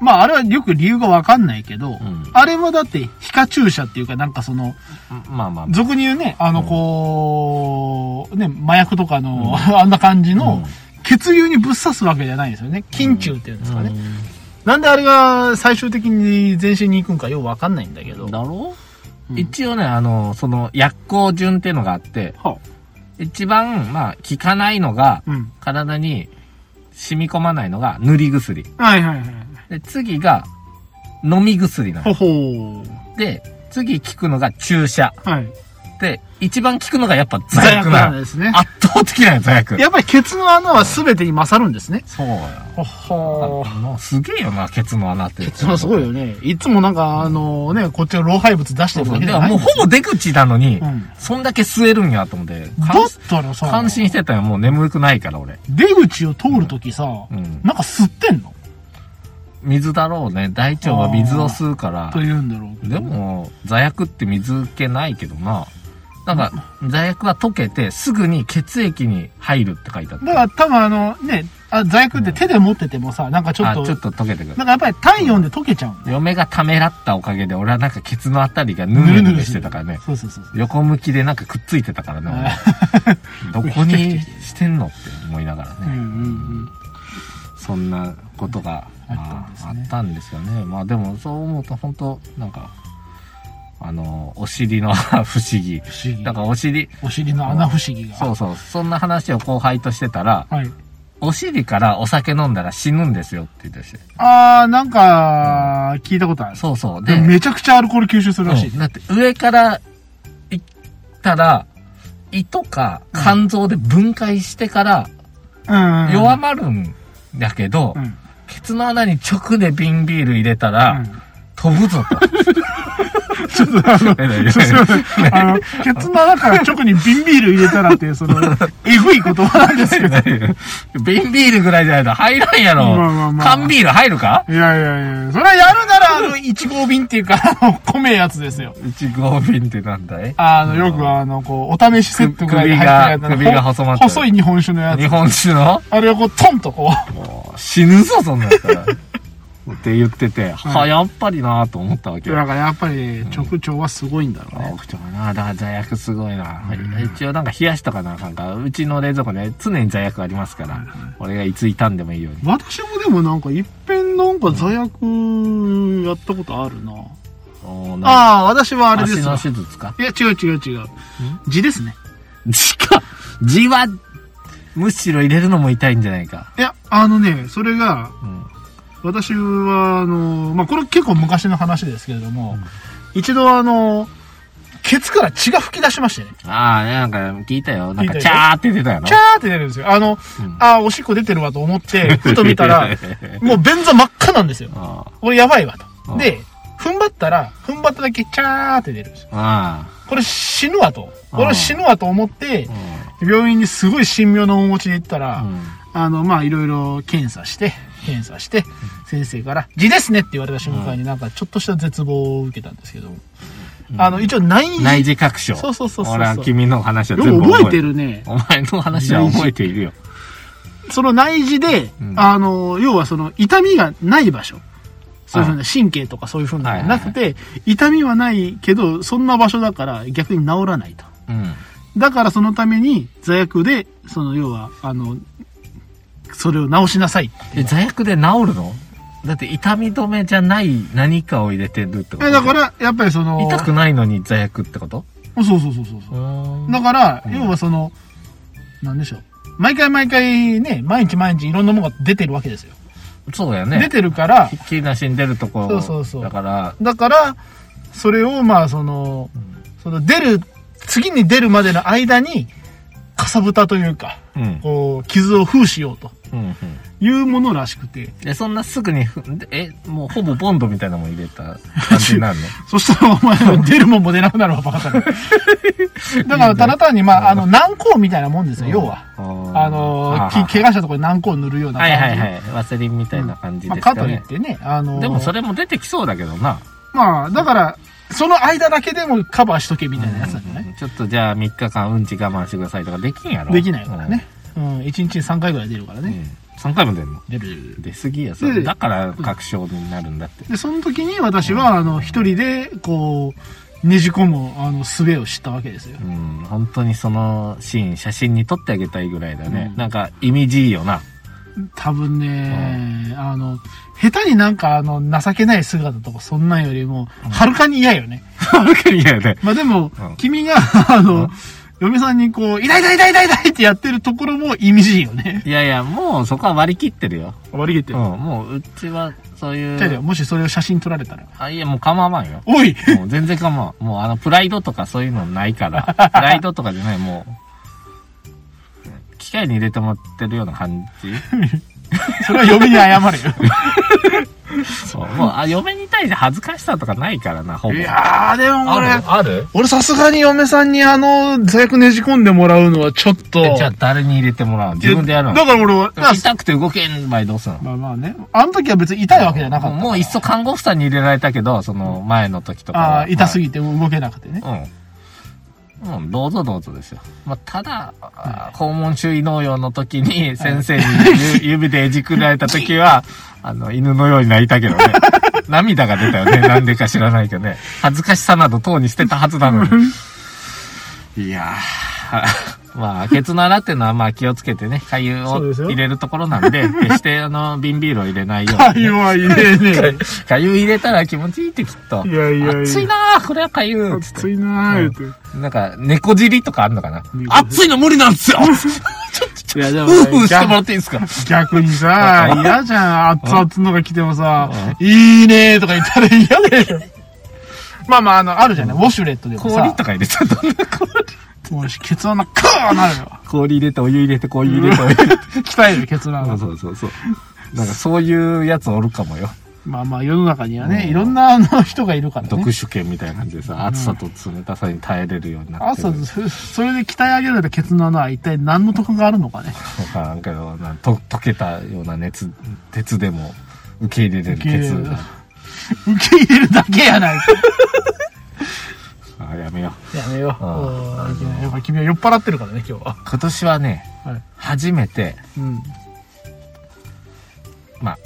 Speaker 2: まあ、あれはよく理由がわかんないけど、
Speaker 1: ん
Speaker 2: あれはだって、皮下注射っていうか、なんかその、
Speaker 1: まあまあまあ。
Speaker 2: 俗に言うね、あの、こう、ね、麻薬とかの、 あんな感じの、血流にぶっ刺すわけじゃないんですよね。筋中っていうんですかね。なんであれが最終的に全身に行くんかようわかんないんだけど。
Speaker 1: だろ、
Speaker 2: う
Speaker 1: うん一応ね、あの、その、薬効順っていうのがあって、
Speaker 2: は
Speaker 1: 一番、まあ、効かないのが、
Speaker 2: うん。
Speaker 1: 体に染み込まないのが塗り薬。
Speaker 2: はいはいはい。
Speaker 1: で、次が、飲み薬な
Speaker 2: ほ
Speaker 1: の。
Speaker 2: ほー。
Speaker 1: で、次効くのが注射。
Speaker 2: はい。
Speaker 1: で、一番効くのがやっぱ座
Speaker 2: 罪悪
Speaker 1: 薬な
Speaker 2: なん
Speaker 1: の。
Speaker 2: ですね。
Speaker 1: 圧倒的なの座薬。
Speaker 2: やっぱりケツの穴は全てに勝るんですね。
Speaker 1: そうよ。
Speaker 2: ほほ
Speaker 1: あのすげえよな、ケツの穴って。
Speaker 2: そりゃすごいよね。いつもなんか、あのね、こっちの老廃物出して
Speaker 1: そうそう
Speaker 2: るだけ
Speaker 1: だ
Speaker 2: じ
Speaker 1: か
Speaker 2: ゃ
Speaker 1: ら
Speaker 2: ない
Speaker 1: もうほぼ出口なのに、
Speaker 2: うん
Speaker 1: そんだけ吸えるんやと思って。
Speaker 2: だ
Speaker 1: 感
Speaker 2: ったらさ、
Speaker 1: 感心してたよ。もう眠くないから俺。
Speaker 2: 出口を通るときさ、
Speaker 1: うん。
Speaker 2: なんか吸ってんの
Speaker 1: 水だろうね。大腸は水を吸うから
Speaker 2: と。言うんだろうけど。
Speaker 1: でも、座薬って水気ないけどな。なんか、座薬は溶けて、すぐに血液に入るって書いてあっ
Speaker 2: だから多分あのね、あ座薬って手で持っててもさ、なんかちょ
Speaker 1: た。
Speaker 2: っ
Speaker 1: あ、
Speaker 2: と、
Speaker 1: ちょっと溶けてくる
Speaker 2: なん。かやっぱり体温で溶けちゃうの。
Speaker 1: 嫁がためらったおかげで、俺はなんかケツのあたりがヌルヌルしてたからね。
Speaker 2: そうそうそうそう。
Speaker 1: 横向きでなんかくっついてたからね、俺どこにしてんのって思いながらね。
Speaker 2: うんうん
Speaker 1: そんなことが、まあ、あったんですよね。まあでもそう思うと本当なんか、あの、お尻の 不思議。
Speaker 2: 不思議。
Speaker 1: だからお尻、
Speaker 2: お尻の穴不思議が。
Speaker 1: そうそう、そんな話を後輩としてたら、
Speaker 2: はい。
Speaker 1: お尻からお酒飲んだら死ぬんですよって言ってまして。
Speaker 2: あー、なんか、聞いたことある。
Speaker 1: そうそう。
Speaker 2: で
Speaker 1: で、
Speaker 2: めちゃくちゃアルコール吸収するらしい。
Speaker 1: うんだって上から行ったら、胃とか肝臓で分解してから
Speaker 2: うんうん。
Speaker 1: 弱まるんだけど、
Speaker 2: うん。
Speaker 1: ケツの穴に直で瓶ビール入れたら、
Speaker 2: うん
Speaker 1: 飛ぶぞと。
Speaker 2: ちょっとあの、そうすいませんあの、ケツの穴から直に瓶ビール入れたらっていう、その、えぐい言葉なんですけど。
Speaker 1: 瓶ビールぐらいじゃないと入らんやろ。
Speaker 2: まあまあまあ
Speaker 1: 缶ビール入るか
Speaker 2: いやいやいや、それはやるなら、あの、1号瓶っていうか、あの、米やつですよ。
Speaker 1: うち合瓶ってなんだい
Speaker 2: あの、よくあの、こう、お試しセットぐらいに入ってるやつ
Speaker 1: 首が首が細まってる
Speaker 2: 細い日本酒のや
Speaker 1: 日
Speaker 2: つ。
Speaker 1: 本酒の
Speaker 2: あれをこう、トンとこ
Speaker 1: もう死ぬぞ、そんなんや ったら。って言ってて、は、やっぱりなと思ったわ
Speaker 2: う。
Speaker 1: けよ。
Speaker 2: だからやっぱり、直腸はすごいんだろうね。
Speaker 1: 奥ちゃんな、だから座薬すごいな。一応なんか冷やしとかなあかんから、うちの冷蔵庫ね、常に座薬ありますから、俺がいつ傷んでもいいように。
Speaker 2: 私もでもなんか、一遍なんか座薬やったことあるな。
Speaker 1: おーなんか
Speaker 2: ああ、私はあれです
Speaker 1: 足の
Speaker 2: わ。
Speaker 1: 手術か
Speaker 2: いや、違う違う違う。字ですね。
Speaker 1: 字か字は、むしろ入れるのも痛いんじゃないか。
Speaker 2: いや、あのね、それが、
Speaker 1: うん。
Speaker 2: 私は、あの、まあ、これ結構昔の話ですけれども、一度あの、ケツから血が噴き出しましてね。
Speaker 1: ああ、なんか聞いたよ。なんか、
Speaker 2: 聞い
Speaker 1: チ
Speaker 2: たよ
Speaker 1: ャーって出たよな。
Speaker 2: チャーって出るんですよ。あの、
Speaker 1: ん
Speaker 2: あーおしっこ出てるわと思って、ふと見 たら、もう便座真っ赤なんですよ。
Speaker 1: あ
Speaker 2: これやばいわ
Speaker 1: う
Speaker 2: と。
Speaker 1: ん
Speaker 2: で、踏ん張ったら、踏ん張っただけチャーって出るんですよ。
Speaker 1: あ。あ
Speaker 2: これ死ぬわと。
Speaker 1: うん
Speaker 2: これ死ぬわと思って
Speaker 1: あ。、
Speaker 2: 病院にすごい神妙な面持ちで行ったら、
Speaker 1: うん。うん
Speaker 2: あの、まあ、いろいろ検査して、検査して、先生から、字ですねって言われた瞬間になんかちょっとした絶望を受けたんですけど、あの、一応内耳、
Speaker 1: 内耳拡張。
Speaker 2: そうそうそうそう
Speaker 1: 俺は君の話は
Speaker 2: よ
Speaker 1: 全
Speaker 2: く
Speaker 1: 部
Speaker 2: 覚えて。るね。
Speaker 1: お前の話は覚えているよ。
Speaker 2: その内耳で、
Speaker 1: うん
Speaker 2: あの、要はその痛みがない場所。そういうふう
Speaker 1: は
Speaker 2: な神経とかそういうふうなの
Speaker 1: は
Speaker 2: が
Speaker 1: いはいは
Speaker 2: ないくて、痛みはないけど、そんな場所だから逆に治らないと。
Speaker 1: うん。
Speaker 2: だからそのために座薬で、その要は、あの、それを直しなさいって
Speaker 1: え、座薬で治るのだって痛み止めじゃない何かを入れてるってこと
Speaker 2: えだから、やっぱりその、
Speaker 1: 痛くないのに座薬ってこと
Speaker 2: そうそうそうそうそう。だから、要はその、なんでしょう。毎回毎回ね、毎日毎日いろんなものが出てるわけですよ。
Speaker 1: そうだよ
Speaker 2: 出
Speaker 1: ね。
Speaker 2: てるから
Speaker 1: ひ、っきりなしに出るとこ
Speaker 2: そうそうそう
Speaker 1: だから、
Speaker 2: だから、それをまあその、その出る、次に出るまでの間に、かさぶたというか、
Speaker 1: うん。うん
Speaker 2: こう、傷を封しようと
Speaker 1: うん。
Speaker 2: いうものらしくて、
Speaker 1: え、そんなすぐにふ、え、もうほぼボンドみたいなのも入れた感じになるの
Speaker 2: そしたらお前も出るもんも出なくなるわ、バ カだねだから、ただ単に、まあ、あの、軟膏みたいなもんですよ、要は。 あの
Speaker 1: ー
Speaker 2: ー、き怪我したところに軟膏塗るような
Speaker 1: は
Speaker 2: 感
Speaker 1: い
Speaker 2: じ。
Speaker 1: はいはい。ワセリンみたいな感じ
Speaker 2: まあ、
Speaker 1: です
Speaker 2: か
Speaker 1: か
Speaker 2: とい
Speaker 1: ね
Speaker 2: っ。てね、あのー、
Speaker 1: でもそれも出てきそうだけどな。
Speaker 2: まあ、だから、その間だけでもカバーしとけみたいなやつなんじゃない、
Speaker 1: ちょっとじゃあ3日間うんち我慢してくださいとかできんやろ
Speaker 2: できないからね。。うん、1日に3回ぐらい出るから
Speaker 1: うん。う
Speaker 2: ね。
Speaker 1: ん3回も出んの
Speaker 2: 出る出る出る。
Speaker 1: 出すぎやそ
Speaker 2: で
Speaker 1: れだから確証になるんだって。
Speaker 2: で、その時に私は、あの、一人で、こう、ねじ込む、あの、術を知ったわけですよ
Speaker 1: う。ん、本当にそのシーン、写真に撮ってあげたいぐらいだね。
Speaker 2: うん
Speaker 1: なんか、意味じいよな。
Speaker 2: 多分ね、あの、下手になんか、あの、情けない姿とか、そんなんよりも、はるかに嫌よね。
Speaker 1: あるかいやね。
Speaker 2: まあでも
Speaker 1: うん、
Speaker 2: 君が、 あの、嫁さんにこう、痛い痛い痛い痛い痛いってやってるところも意味深いよね。
Speaker 1: いやいや、もうそこは割り切ってるよ。
Speaker 2: 悪げて
Speaker 1: うん、もううちは、そう
Speaker 2: じゃあじゃ
Speaker 1: い
Speaker 2: あ
Speaker 1: う、
Speaker 2: もしそれを写真撮られたら。
Speaker 1: あ、いや、もう構わんよ。
Speaker 2: おい
Speaker 1: もう全然構わん。 もうあの、プライドとかそういうのない から。プライドとかじゃない、もう。機械に入れてもらってるような感じ。
Speaker 2: それは嫁 に謝れよ。
Speaker 1: そう。もう、あ、嫁に対して恥ずかしさとかないからな、ほぼ。
Speaker 2: いやー、でも俺、
Speaker 1: ある
Speaker 2: 俺さすがに嫁さんにあの、座薬ねじ込んでもらうのはちょっと。
Speaker 1: えじゃあ誰に入れてもらうの自分でやるの
Speaker 2: だから俺は、な
Speaker 1: 痛くて動けん場合どうするの
Speaker 2: まあまあね、あの時は別に痛いわけじゃなかった。
Speaker 1: もういっそ看護婦さんに入れられたけど、その前の時とかは。
Speaker 2: ああ、痛す
Speaker 1: ぎ
Speaker 2: ぎて動けなくてね。
Speaker 1: うん。うん、どうぞどうぞですよ。まあ、ただ、あー訪問中医農用の時に先生にゆ指でえじくられた時 は、あの、犬のようになりたけどね。涙が出たよ ね。なんでか知らないけどね。恥ずかしさなど等にしてたはずなのに。いやー。 まあ、ケツの穴っていうのは、まあ気をつけてね、かゆ
Speaker 2: そう
Speaker 1: を
Speaker 2: ですよ
Speaker 1: 入れるところなん で、決してあの、瓶ビールを入れないように、ね。
Speaker 2: かゆは言えね
Speaker 1: かゆ入れたら気持ちいいってきっと。
Speaker 2: いやいやいや
Speaker 1: 暑いなあこれはかゆ
Speaker 2: え。
Speaker 1: っつって
Speaker 2: 熱いなー言う
Speaker 1: なんか、猫尻とかあんのかな
Speaker 2: 猫尻
Speaker 1: 暑いの無理なんですよちょっと、ち
Speaker 2: て。いやで
Speaker 1: ょっと、うーふーしてもらっていいですか
Speaker 2: 逆にさ、嫌じゃん。熱々のが来てもさ、いいねーとか言ったら嫌だよ。まあまあ、あの、あるじゃない。ウォシュレットでも
Speaker 1: 氷
Speaker 2: さ
Speaker 1: と、か入れちゃったんだ、氷。
Speaker 2: もうケツ穴、カーな るよ。
Speaker 1: 氷入れて、お湯入れて、こういう入れて、お湯入れて。
Speaker 2: 鍛えるケツ穴
Speaker 1: そ
Speaker 2: が
Speaker 1: う。そうそうそう。なんか、そういうやつおるかもよ。
Speaker 2: まあまあ、世の中には
Speaker 1: う
Speaker 2: ね、
Speaker 1: ん
Speaker 2: いろんなあの人がいるからね
Speaker 1: 読。書券みたいな感じでさ、暑さと冷たさに耐えれるようになってる。
Speaker 2: 朝、そそれで鍛え上げられたケツの穴は一体何の得があるのかね。
Speaker 1: わからんけど、なんと溶けたような熱、鉄でも受け入れれる
Speaker 2: 受け入れ
Speaker 1: 鉄
Speaker 2: る。受け入れるだけやないか。
Speaker 1: あ、やめよう。
Speaker 2: やめよう。
Speaker 1: あ
Speaker 2: おーいけないやっぱ君は酔っ払ってるからね、今日は。
Speaker 1: 今年はね、
Speaker 2: はい。
Speaker 1: 初めて、
Speaker 2: うん。
Speaker 1: まあ、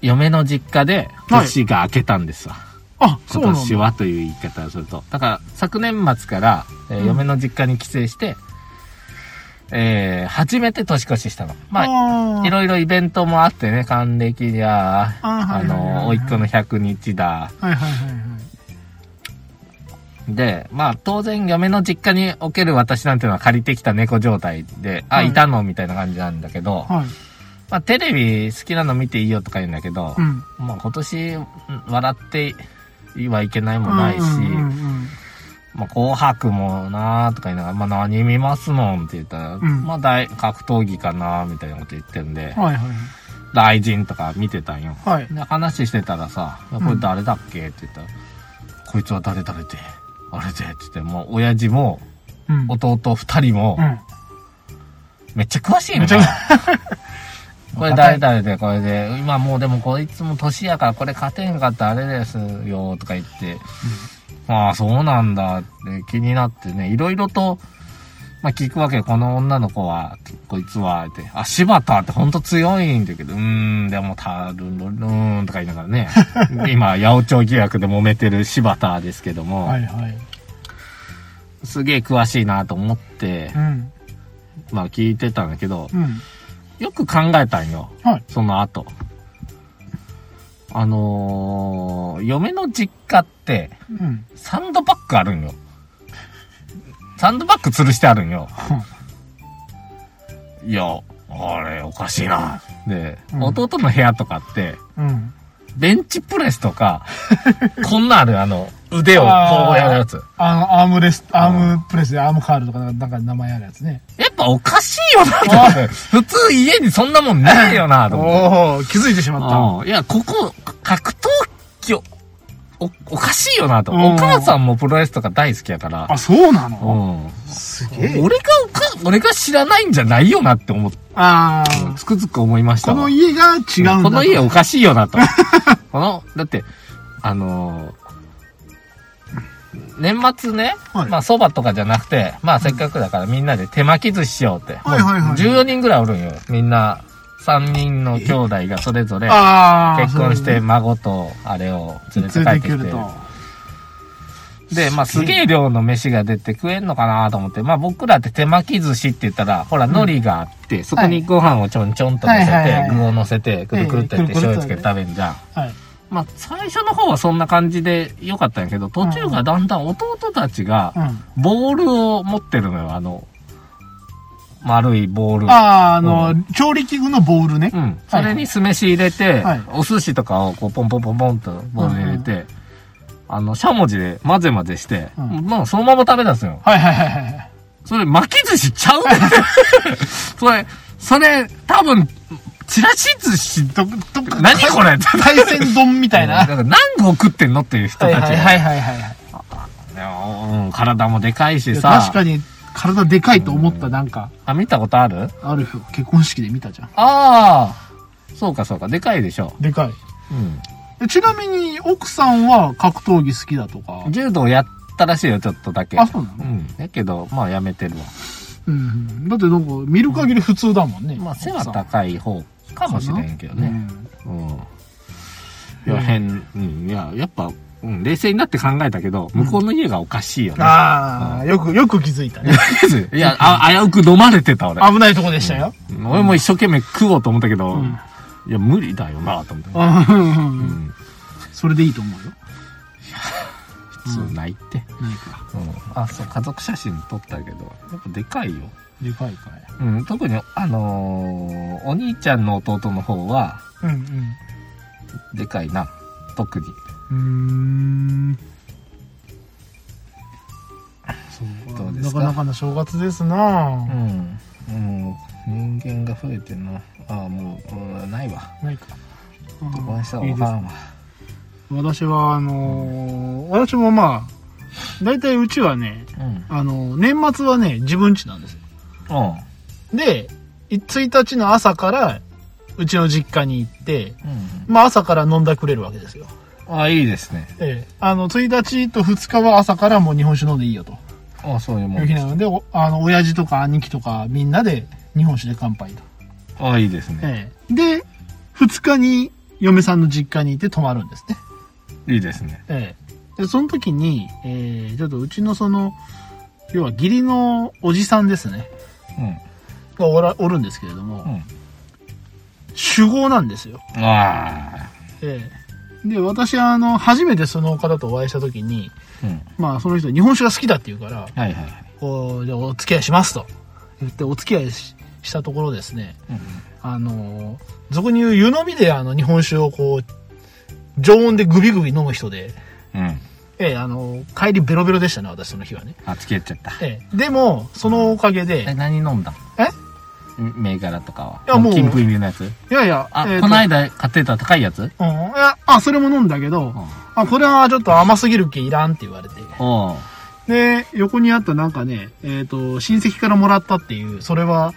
Speaker 1: 嫁の実家で
Speaker 2: はい
Speaker 1: 年が明けたんですわ。
Speaker 2: あ、そうな
Speaker 1: 今
Speaker 2: ん
Speaker 1: 年
Speaker 2: だ。
Speaker 1: はという言い方をすると。だから、昨年末から、えー
Speaker 2: うん
Speaker 1: 嫁の実家に帰省して、えー初めて年越ししたの。ま
Speaker 2: あ
Speaker 1: あ、い
Speaker 2: ー
Speaker 1: ろいろイベントもあってね、還暦や、
Speaker 2: あー
Speaker 1: あ
Speaker 2: はいはいはいはい
Speaker 1: の、甥っ子の100日だ。
Speaker 2: はいはいはいはい。
Speaker 1: で、まあ、当然、嫁の実家における私なんてのは借りてきた猫状態で、あ、
Speaker 2: はい
Speaker 1: いたのみたいな感じなんだけど、
Speaker 2: はい。
Speaker 1: まあ、テレビ好きなの見ていいよとか言うんだけど、
Speaker 2: うん。
Speaker 1: まあ今年、うん笑ってはいけないもないし、
Speaker 2: うんうんうん
Speaker 1: まあ紅白もなーとか言いながら、まあ何見ますのんって言ったら、
Speaker 2: ん
Speaker 1: まあ大格闘技かなーみたいなこと言ってんで
Speaker 2: うん、はいはい
Speaker 1: 大臣とか見てたんよ。
Speaker 2: はい。はい。
Speaker 1: で、話してたらさ、いやこれ誰だっけって言ったら、こいつは誰誰で、あれでって言って、もう親父も
Speaker 2: うん。
Speaker 1: 弟二人も、
Speaker 2: う
Speaker 1: めっちゃ詳しい
Speaker 2: ん。め
Speaker 1: ね
Speaker 2: っちゃ、
Speaker 1: これ誰々でこれで、今もうでもこいつも年やからこれ勝てんかったらあれですよとか言って、ああ、そうなんだって気になってね、いろいろと、まあ聞くわけよ、この女の子は、こいつは、って、あ、柴田ってほんと強いんだけど、うーん、でもたるんるるーんとか言いながらね、今、八百長疑惑で揉めてる柴田ですけども、
Speaker 2: はいはい。
Speaker 1: すげえ詳しいなと思って
Speaker 2: う、ん。
Speaker 1: まあ聞いてたんだけど、
Speaker 2: うん。
Speaker 1: よく考えたんよ。
Speaker 2: はい。
Speaker 1: その後。あのー嫁の実家って、
Speaker 2: うん。
Speaker 1: サンドバッグあるんよ。サンドバッグ吊るしてあるんよ。いや、あれ、おかしいな。で、
Speaker 2: うん
Speaker 1: 弟の部屋とかって、
Speaker 2: うん。
Speaker 1: ベンチプレスとか、こんなんあるあの、腕をこうやるやつ。
Speaker 2: あの、アームレス、アームプレスでアームカールとか、なんか名前あるやつね。
Speaker 1: やっぱおかしいよなと思って、普通家にそんなもんないよなと思って。
Speaker 2: おお気づいてしまっ
Speaker 1: うんいや、ここ、格闘技を、お、おかしいよなと。
Speaker 2: うん
Speaker 1: お母さんもプロレスとか大好きやか
Speaker 2: た。
Speaker 1: ら
Speaker 2: あ、。そうな
Speaker 1: う
Speaker 2: の
Speaker 1: ん。
Speaker 2: すげ
Speaker 1: 俺。がおか、俺が知らないんじゃないよなって思っ
Speaker 2: あ
Speaker 1: た。
Speaker 2: あ。
Speaker 1: つくづく思いました
Speaker 2: こ
Speaker 1: わ。
Speaker 2: の家が違うんだと。
Speaker 1: この家おかしいよ なと。この、だって、あのー年末ね、
Speaker 2: はい
Speaker 1: まあそばとかじゃなくて、まあせっかくだからみんなで手巻き寿司しようって。
Speaker 2: はいはいはい
Speaker 1: もう14人ぐらいおるんよ。みんな、3人の兄弟がそれぞれ。
Speaker 2: ああ。
Speaker 1: 結婚し
Speaker 2: そう
Speaker 1: て
Speaker 2: ね
Speaker 1: 孫とあれを連れて帰
Speaker 2: 連
Speaker 1: っ
Speaker 2: れ
Speaker 1: て
Speaker 2: て
Speaker 1: き
Speaker 2: く
Speaker 1: て
Speaker 2: ると。
Speaker 1: でまあすげえ量の飯が出て食えんのかなと思ってまあ僕らって手巻き寿司って言ったらほら海苔があって、そこにご飯をちょんちょんと乗せて、
Speaker 2: はいはいはいはい
Speaker 1: 具を乗せてくるくるってやって
Speaker 2: ええく
Speaker 1: 醤
Speaker 2: るくる
Speaker 1: 油
Speaker 2: っ
Speaker 1: つ
Speaker 2: て
Speaker 1: けて食べんじゃん。
Speaker 2: はい。
Speaker 1: まあ最初の方はそんな感じで良かったんやけど途中がだんだん弟たちが
Speaker 2: うん。
Speaker 1: ボールを持ってるのよあの丸いボール。
Speaker 2: ああ、あ
Speaker 1: う
Speaker 2: の、調理器具のボールね
Speaker 1: う。ん。それに酢飯入れて、
Speaker 2: はい
Speaker 1: お寿司とかをこうポンポンポンポンとボウルに入れて、あの、しゃもじで混ぜ混ぜして、
Speaker 2: うん
Speaker 1: まあそのまま食べたんですよ。
Speaker 2: はいはいはいはい。
Speaker 1: それ巻き寿司ちゃう それ、それ、多分、ちらし寿司、
Speaker 2: ど、どっか、
Speaker 1: 何これみ
Speaker 2: 海鮮丼みたいな。
Speaker 1: なんか何個食ってんのっていう人たちが、
Speaker 2: はいはいはいはい。
Speaker 1: うん体もでかいし
Speaker 2: いや
Speaker 1: さ
Speaker 2: 確かに、体でかいと思った、なんか、
Speaker 1: あ、見たことある
Speaker 2: あるよ。結婚式で見たじゃん。
Speaker 1: ああ、そうかそうか、でかいでしょ。
Speaker 2: でかい。
Speaker 1: うん
Speaker 2: えちなみに、奥さんは格闘技好きだとか。
Speaker 1: 柔道やったらしいよ、ちょっとだけ。
Speaker 2: あそうなの
Speaker 1: ん。だけど、まあやめてるわ。
Speaker 2: うん。だってなんか、見る限り普通だもんね。
Speaker 1: まあ背は
Speaker 2: 奥さん
Speaker 1: 高い方かもしれんけどね。うん。いや、変、うん。いや、やっぱ、うん、冷静になって考えたけど、向こうの家がおかしいよ
Speaker 2: うん
Speaker 1: ね。
Speaker 2: ああ、よく、よく気づいた ね。
Speaker 1: いや、あ危うく飲まれてた俺。
Speaker 2: 危ないとこでしたよ。
Speaker 1: 俺も一生懸命食おうと思ったけど、
Speaker 2: うん
Speaker 1: いや、無理だよな、と思って。
Speaker 2: うん
Speaker 1: うん。
Speaker 2: それでいいと思うよ。
Speaker 1: 普通ないって。
Speaker 2: ないか。
Speaker 1: うん。あ、そう、家族写真撮ったけど、やっぱでかいよ。
Speaker 2: でかいかい。
Speaker 1: うん、特に、あのーお兄ちゃんの弟の方は、
Speaker 2: うん
Speaker 1: でかいな。特に。
Speaker 2: うん。うーん。そう
Speaker 1: ど
Speaker 2: か。
Speaker 1: うで
Speaker 2: な
Speaker 1: すか
Speaker 2: かなかの正月ですな
Speaker 1: う、ん。うん。人間が増えてんな。ああ、もう、うんないわ。
Speaker 2: ないか。
Speaker 1: この人は
Speaker 2: うんい
Speaker 1: お
Speaker 2: い
Speaker 1: か
Speaker 2: で
Speaker 1: んは。
Speaker 2: す私は、あのー私もまあ、大体うちはね、
Speaker 1: うん。うん。
Speaker 2: あのー年末はね、自分家なんですよ。で、い1日の朝から、うちの実家に行って、
Speaker 1: うん。
Speaker 2: まあ朝から飲んだくれるわけですよ。
Speaker 1: ああ、いいですね。
Speaker 2: ええ。あの、1日と2日は朝からもう日本酒飲んでいいよと。
Speaker 1: ああ、そういうも
Speaker 2: いうん日。なので、おあの、親父とか兄貴とかみんなで日本酒で乾杯と。
Speaker 1: ああ、いいですね。
Speaker 2: ええ。で、2日に嫁さんの実家にいて泊まるんですね。
Speaker 1: いいですね。
Speaker 2: ええ。で、その時に、ええちょっとうちのその、要は義理のおじさんですね。
Speaker 1: う
Speaker 2: がおらおるんですけれども、
Speaker 1: ん。うん。
Speaker 2: 酒豪なんですよ。
Speaker 1: ああ。
Speaker 2: ええ。で、私、あの、初めてその方とお会いした時に、
Speaker 1: うん。
Speaker 2: まあ、その人、日本酒が好きだって言うから、
Speaker 1: はいはいはい。
Speaker 2: こう、じゃあお付き合いしますと言って、お付き合いししたところですね、
Speaker 1: うん
Speaker 2: あの、俗に言う湯飲みであの日本酒をこう、常温でグビグビ飲む人で、
Speaker 1: うん。うん。
Speaker 2: ええ、あの、帰りベロベロでしたね、私その日はね。
Speaker 1: あ、付き合っちゃった。
Speaker 2: ええ、でも、そのおかげ
Speaker 1: え、
Speaker 2: で、
Speaker 1: 何飲んだ
Speaker 2: え。
Speaker 1: ん銘柄とかはい
Speaker 2: やもう
Speaker 1: 金品入りのやつ
Speaker 2: いやいや、
Speaker 1: あ
Speaker 2: ええ、と
Speaker 1: この間買ってた高いやつ
Speaker 2: うん、いやあ、それも飲んだけど、あ、これはちょっと甘すぎる気いらんって言われて。
Speaker 1: おう
Speaker 2: で、横にあったなんかね、えっ、と、親戚からもらったっていう、それは、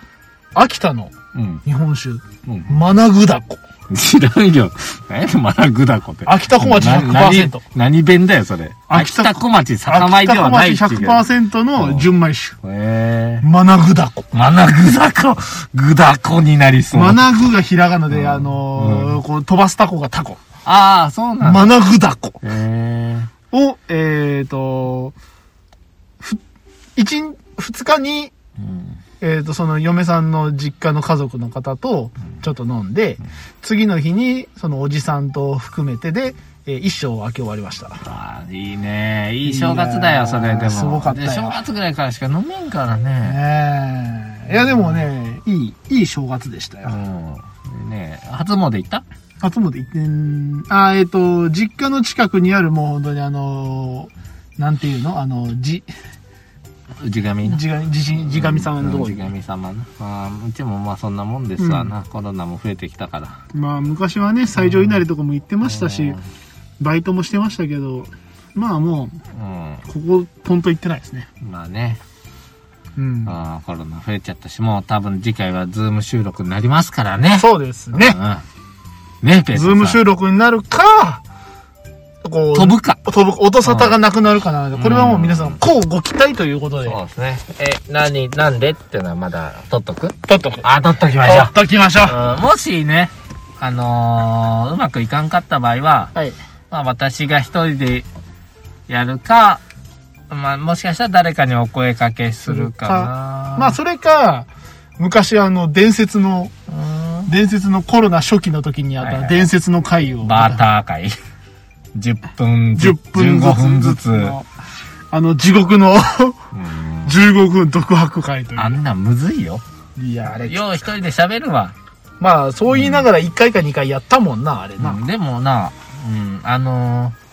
Speaker 2: 秋田の
Speaker 1: うん。
Speaker 2: 日本酒、
Speaker 1: うん。
Speaker 2: マナグダコ。
Speaker 1: 知らんよ。何やまだグダコって。
Speaker 2: 秋田小町
Speaker 1: な何
Speaker 2: 100%。
Speaker 1: 何弁だよ、それ。
Speaker 2: 秋
Speaker 1: 秋
Speaker 2: 田
Speaker 1: 田小町、酒米
Speaker 2: 秋
Speaker 1: で
Speaker 2: 田小
Speaker 1: はない
Speaker 2: 町
Speaker 1: っていうけど。
Speaker 2: 100%の純米酒。
Speaker 1: へえ。
Speaker 2: マナグダコ。
Speaker 1: マナグダコ、グダコになりそう。
Speaker 2: マナグがひらがなで、あのーこう飛ばすタコがタコ。
Speaker 1: ああ、そうなんだ。
Speaker 2: マナグダコ
Speaker 1: へえ。
Speaker 2: を、えっ、と、ふ一日、二日に、
Speaker 1: うん。
Speaker 2: えっ、と、その嫁さんの実家の家族の方とちょっと飲んで、次の日にそのおじさんと含めてで、えー一生を明け終わりました。
Speaker 1: ああ、いいね。いい正月だよ、それでも。
Speaker 2: すごかったよ
Speaker 1: で正月ぐらいからしか飲めんからね。
Speaker 2: ええいや、でもね、いい、いい正月でしたよ。
Speaker 1: うん。ねえ初詣行った
Speaker 2: 初詣行ってん、あー、えっ、と、実家の近くにあるもう本当にあのーなんていうのあの、じ、
Speaker 1: 氏神
Speaker 2: じが、じじ、じがみさんのとこ
Speaker 1: うん
Speaker 2: に
Speaker 1: 地。神様な。ああ、うちもまあそんなもんですわな。コロナも増えてきたから。
Speaker 2: まあ、昔はね、最上稲荷とかも行ってました
Speaker 1: う
Speaker 2: し
Speaker 1: ん、
Speaker 2: バイトもしてましたけど、まあも
Speaker 1: うん。
Speaker 2: う、ここ、ポンと行ってないですね。
Speaker 1: まあね。
Speaker 2: うん。
Speaker 1: あーコロナ増えちゃったし、もう多分次回はズーム収録になりますからね。
Speaker 2: そうですね。
Speaker 1: うん。ねえ、ペー
Speaker 2: ズーム
Speaker 1: 録
Speaker 2: 収録になるか、こう、
Speaker 1: 飛ぶか。
Speaker 2: 飛ぶ、音沙汰がなくなるかなので、これはもう皆さ
Speaker 1: うん
Speaker 2: ん、こうご期待ということで、
Speaker 1: そうですね。え、何、なんでってのはまだ取っとく
Speaker 2: 撮っとく。撮
Speaker 1: あ、取っときましょう
Speaker 2: っ。ときましょう。
Speaker 1: うんもしね、あのーうまくいかんかった場合は、
Speaker 2: はい。
Speaker 1: まあ私が一人でやるか、まあもしかしたら誰かにお声かけするかな。
Speaker 2: まあ、それか、昔あの、伝説の、
Speaker 1: うん
Speaker 2: 伝説のコロナ初期の時にあっ
Speaker 1: はいは
Speaker 2: た
Speaker 1: い
Speaker 2: 伝説の回を、
Speaker 1: バーター 会。10分ず、
Speaker 2: 10分ずつ。
Speaker 1: 15分ずつ。
Speaker 2: のあの、地獄の
Speaker 1: うん
Speaker 2: 15分独白会とい
Speaker 1: あんなんむずいよ。
Speaker 2: う。いや、あれ。
Speaker 1: よう一人で喋るわ。
Speaker 2: まあ、そう言いながら1回か2回やったもんな、あれな。
Speaker 1: でもな、うん、あのー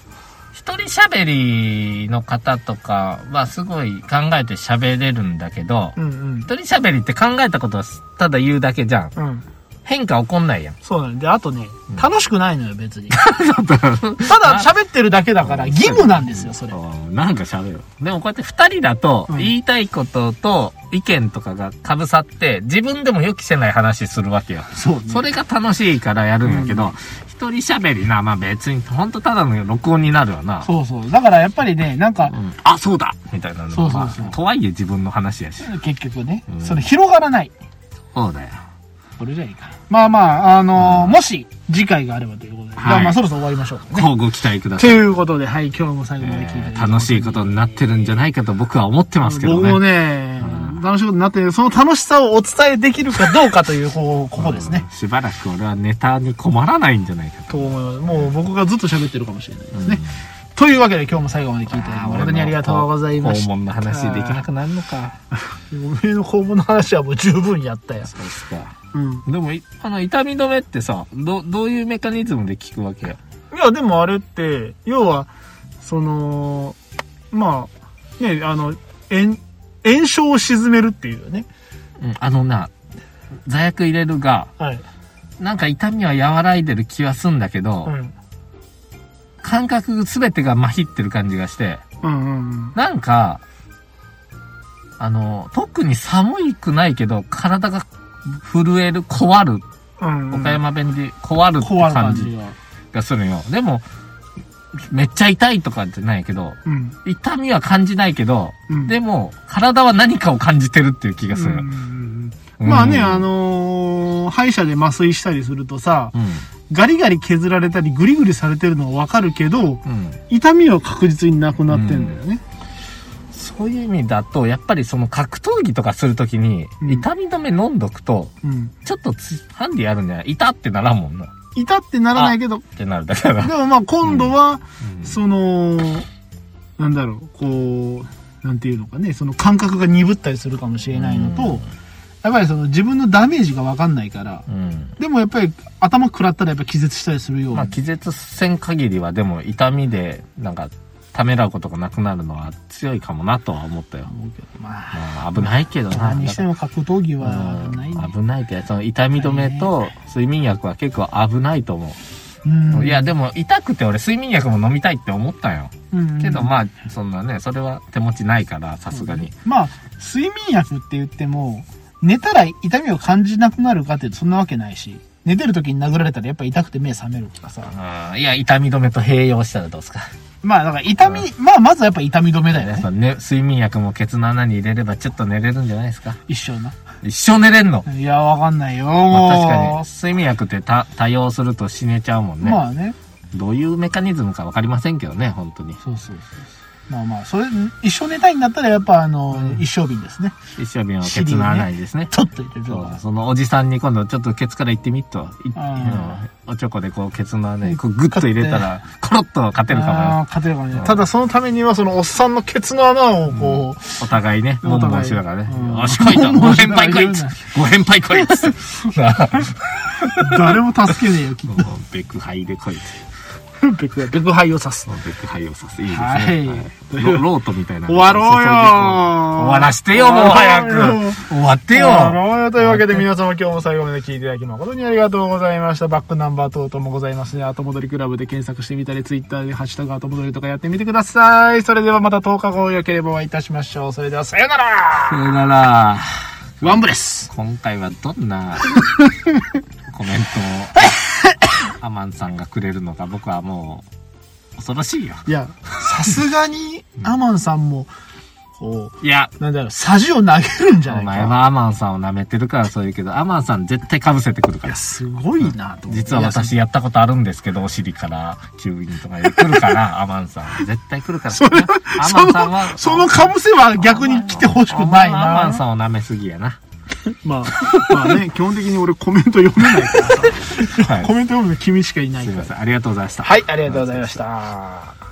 Speaker 1: 一人喋りの方とかはすごい考えて喋れるんだけど、
Speaker 2: うんうん。
Speaker 1: 一人喋りって考えたことをただ言うだけじゃん。
Speaker 2: うん。
Speaker 1: 変化起こんないやん。
Speaker 2: そうなんで、あとね
Speaker 1: うん、
Speaker 2: 楽しくないのよ、別に。ただ喋ってるだけだから、義務なんですよ、それ。
Speaker 1: なんか喋る。でもこうやって二人だと、
Speaker 2: うん
Speaker 1: 言いたいことと意見とかが被さって、自分でも予期せない話するわけよ。
Speaker 2: そう
Speaker 1: それが楽しいからやるんだけど、一、人喋りな、まあ別に、ほんとただの録音になるわな。
Speaker 2: そうそう。だからやっぱりね、なんか
Speaker 1: う、んあ、そうだみたいなのが
Speaker 2: そうそうそう
Speaker 1: まあとはいえ自分の話やし。
Speaker 2: 結局ね
Speaker 1: うん、
Speaker 2: それ広がらない。
Speaker 1: そうだよ。
Speaker 2: これじゃいいかな。まあまあ、あのーもし、次回があればということで。
Speaker 1: はい
Speaker 2: じゃあまあ、そろそろ終わりましょうかね。
Speaker 1: こうご期待くだ
Speaker 2: と
Speaker 1: さい。
Speaker 2: いうことで、はい、今日も最後まで聞いていただ
Speaker 1: え
Speaker 2: いて
Speaker 1: ー楽しいことになってるんじゃないかと僕は思ってますけどね。
Speaker 2: 僕もね、楽しいことになってる、その楽しさをお伝えできるかどうかという、こうここですね
Speaker 1: う。ん。しばらく俺はネタに困らないんじゃないか
Speaker 2: と思います。もう僕がずっと喋ってるかもしれないで
Speaker 1: と。
Speaker 2: すね。というわけで、今日も最後まで聞いていただき、本当にありがとうございまし
Speaker 1: 訪
Speaker 2: た。
Speaker 1: 問の話できなくなるのか。
Speaker 2: おめえの肛門の話はもう十分やったよ。
Speaker 1: そうですか。
Speaker 2: うん。
Speaker 1: でもい、あの、痛み止めってさ、ど、どういうメカニズムで効くわけよ。
Speaker 2: いや、でもあれって、要は、その、まあ、ね、あの、炎、炎症を沈めるっていうよね。
Speaker 1: うん、あのな、座薬入れるが、
Speaker 2: はい。
Speaker 1: なんか痛みは和らいでる気はすんだけど、
Speaker 2: うん。
Speaker 1: 感覚すべてが麻痺ってる感じがして、
Speaker 2: うんうんうん。
Speaker 1: なんか、あの、特に寒いくないけど、体が震える、壊る、
Speaker 2: うん、うん。
Speaker 1: 岡山弁で壊るって
Speaker 2: 怖い感
Speaker 1: 感
Speaker 2: じ
Speaker 1: じ
Speaker 2: が。
Speaker 1: がするよ。でも、めっちゃ痛いとかじゃないけど、
Speaker 2: うん。
Speaker 1: 痛みは感じないけど、
Speaker 2: うん
Speaker 1: でも、体は何かを感じてるっていう気がする。うん
Speaker 2: まあね、あ、のー歯医者で麻酔したりするとさ、
Speaker 1: うん、
Speaker 2: ガリガリ削られたりグリグリされてるのはわかるけど、
Speaker 1: うん。
Speaker 2: 痛みは確実になくなってんだよね。
Speaker 1: そういう意味だと、やっぱりその格闘技とかするときに、
Speaker 2: うん
Speaker 1: 痛み止め飲んどくと、
Speaker 2: うん。
Speaker 1: ちょっとつ、ハンディあるんじゃない痛ってならんもんな。っ
Speaker 2: 痛ってならないけど、
Speaker 1: てなるだけだな
Speaker 2: で。もまあ今度は、
Speaker 1: うん
Speaker 2: その、なんだろう、こう、なんていうのかね、その感覚が鈍ったりするかもしれないのと、
Speaker 1: うん
Speaker 2: やっぱりその自分のダメージがわかんないから、
Speaker 1: うん。
Speaker 2: でもやっぱり頭食らったらやっぱ気絶したりするよう
Speaker 1: ま
Speaker 2: な。
Speaker 1: あ、気絶せん限りは、でも痛みで、なんか、ためらうことがなくなるのは強いかもなとは思ったよ。
Speaker 2: 思うけどまあ、
Speaker 1: まあ、危ないけどな。
Speaker 2: 何にしても格闘技
Speaker 1: だから
Speaker 2: は
Speaker 1: うん
Speaker 2: ないね。
Speaker 1: 危ないけど、その痛み止めと睡眠薬は結構危ないと思う。
Speaker 2: うん
Speaker 1: いや、でも痛くて俺睡眠薬も飲みたいって思ったよ。
Speaker 2: うん
Speaker 1: けど、まあ、そんなね、それは手持ちないから、さすがに。
Speaker 2: まあ、睡眠薬って言っても、寝たら痛みを感じなくなるかってそんなわけないし、寝てる時に殴られたらやっぱ痛くて目覚めるとかさ。
Speaker 1: うんいや、痛み止めと併用したらどうですか。
Speaker 2: まあ、だから痛み、まあ、まずはやっぱ痛み止めだよ
Speaker 1: ね
Speaker 2: ね。
Speaker 1: そのね、睡眠薬もケツの穴に入れればちょっと寝れるんじゃないですか。
Speaker 2: 一生な。
Speaker 1: 一生寝れんの。
Speaker 2: いや、わかんないよ。
Speaker 1: ま
Speaker 2: もう
Speaker 1: あ、確かに、睡眠薬って多多用すると死ねちゃうもんね。
Speaker 2: まあね。
Speaker 1: どういうメカニズムかわかりませんけどね、本当に。
Speaker 2: そうそうそうまあまあ、それ、一生寝たいんだったら、やっぱ、あの、
Speaker 1: うん
Speaker 2: 一生瓶ですね。
Speaker 1: 一生瓶をケツの穴にですね。
Speaker 2: 取っといてる
Speaker 1: そ
Speaker 2: わ
Speaker 1: うそのおじさんに今度ちょっとケツから行ってみっと、いう
Speaker 2: あ
Speaker 1: んおちょこでこうケツの穴にこうグッと入れたら、コロッと勝てるか
Speaker 2: あー勝てるかもね
Speaker 1: うん。
Speaker 2: ただ、そのためには、その、おっさんのケツの穴を、こ
Speaker 1: もよ。お互いね、
Speaker 2: お
Speaker 1: モ
Speaker 2: 互い
Speaker 1: ンモンしながらね
Speaker 2: う。ん
Speaker 1: よし、こい と、ご返杯こいっ
Speaker 2: モンモンし
Speaker 1: つ
Speaker 2: ながら
Speaker 1: ご返杯こいっ つってなあ
Speaker 2: う、誰も助けねえ よ、きっ
Speaker 1: もうベクハイでこいっつって
Speaker 2: と。ベク、ベクハイを刺す。
Speaker 1: もうベクハイをさす。いいですね。
Speaker 2: はい
Speaker 1: はいロロートみたいな。
Speaker 2: 終わろうよ
Speaker 1: 注いでこ終わらしてよ、もう早く
Speaker 2: 終わろうよ。
Speaker 1: 終わって
Speaker 2: で
Speaker 1: よ。
Speaker 2: は、というわけで皆様今日も最後まで聞いていただき誠にありがとうございました。バックナンバー等々もございますね。後戻りクラブで検索してみたり、ツイッターでハッシュタグ後戻りとかやってみてください。それではまた10日後よければお会いいたしましょう。それではさよな
Speaker 1: そ
Speaker 2: ら
Speaker 1: れなら、
Speaker 2: ワンブレス
Speaker 1: 今回はどん なコメントをアマンさんがくれるのか僕はもう恐ろしいよ。
Speaker 2: いや、さすがに、アマンさんも、こ
Speaker 1: いや、
Speaker 2: う、なんだろう、サジを投げるんじゃな
Speaker 1: お
Speaker 2: い
Speaker 1: 前
Speaker 2: か。
Speaker 1: はアマンさんを舐めてるからそう言うけど、アマンさん絶対被せてくるか
Speaker 2: いや、
Speaker 1: ら。
Speaker 2: すごいなと思って
Speaker 1: 実は。私やったことあるんですけど、お尻から、吸引とかで来るから、 アマンさん。絶対来るから。アマンさんは、
Speaker 2: そのかぶせは逆に来てほしくないな。
Speaker 1: アマンさんを舐めすぎやな。
Speaker 2: まあ、まあ ね、基本的に俺コメント読めないからさ。
Speaker 1: はい。
Speaker 2: コメント読むの君しかいない
Speaker 1: すい
Speaker 2: か
Speaker 1: ませ
Speaker 2: ら。
Speaker 1: ん。ありがとうございました。
Speaker 2: はい、ありがとうございました。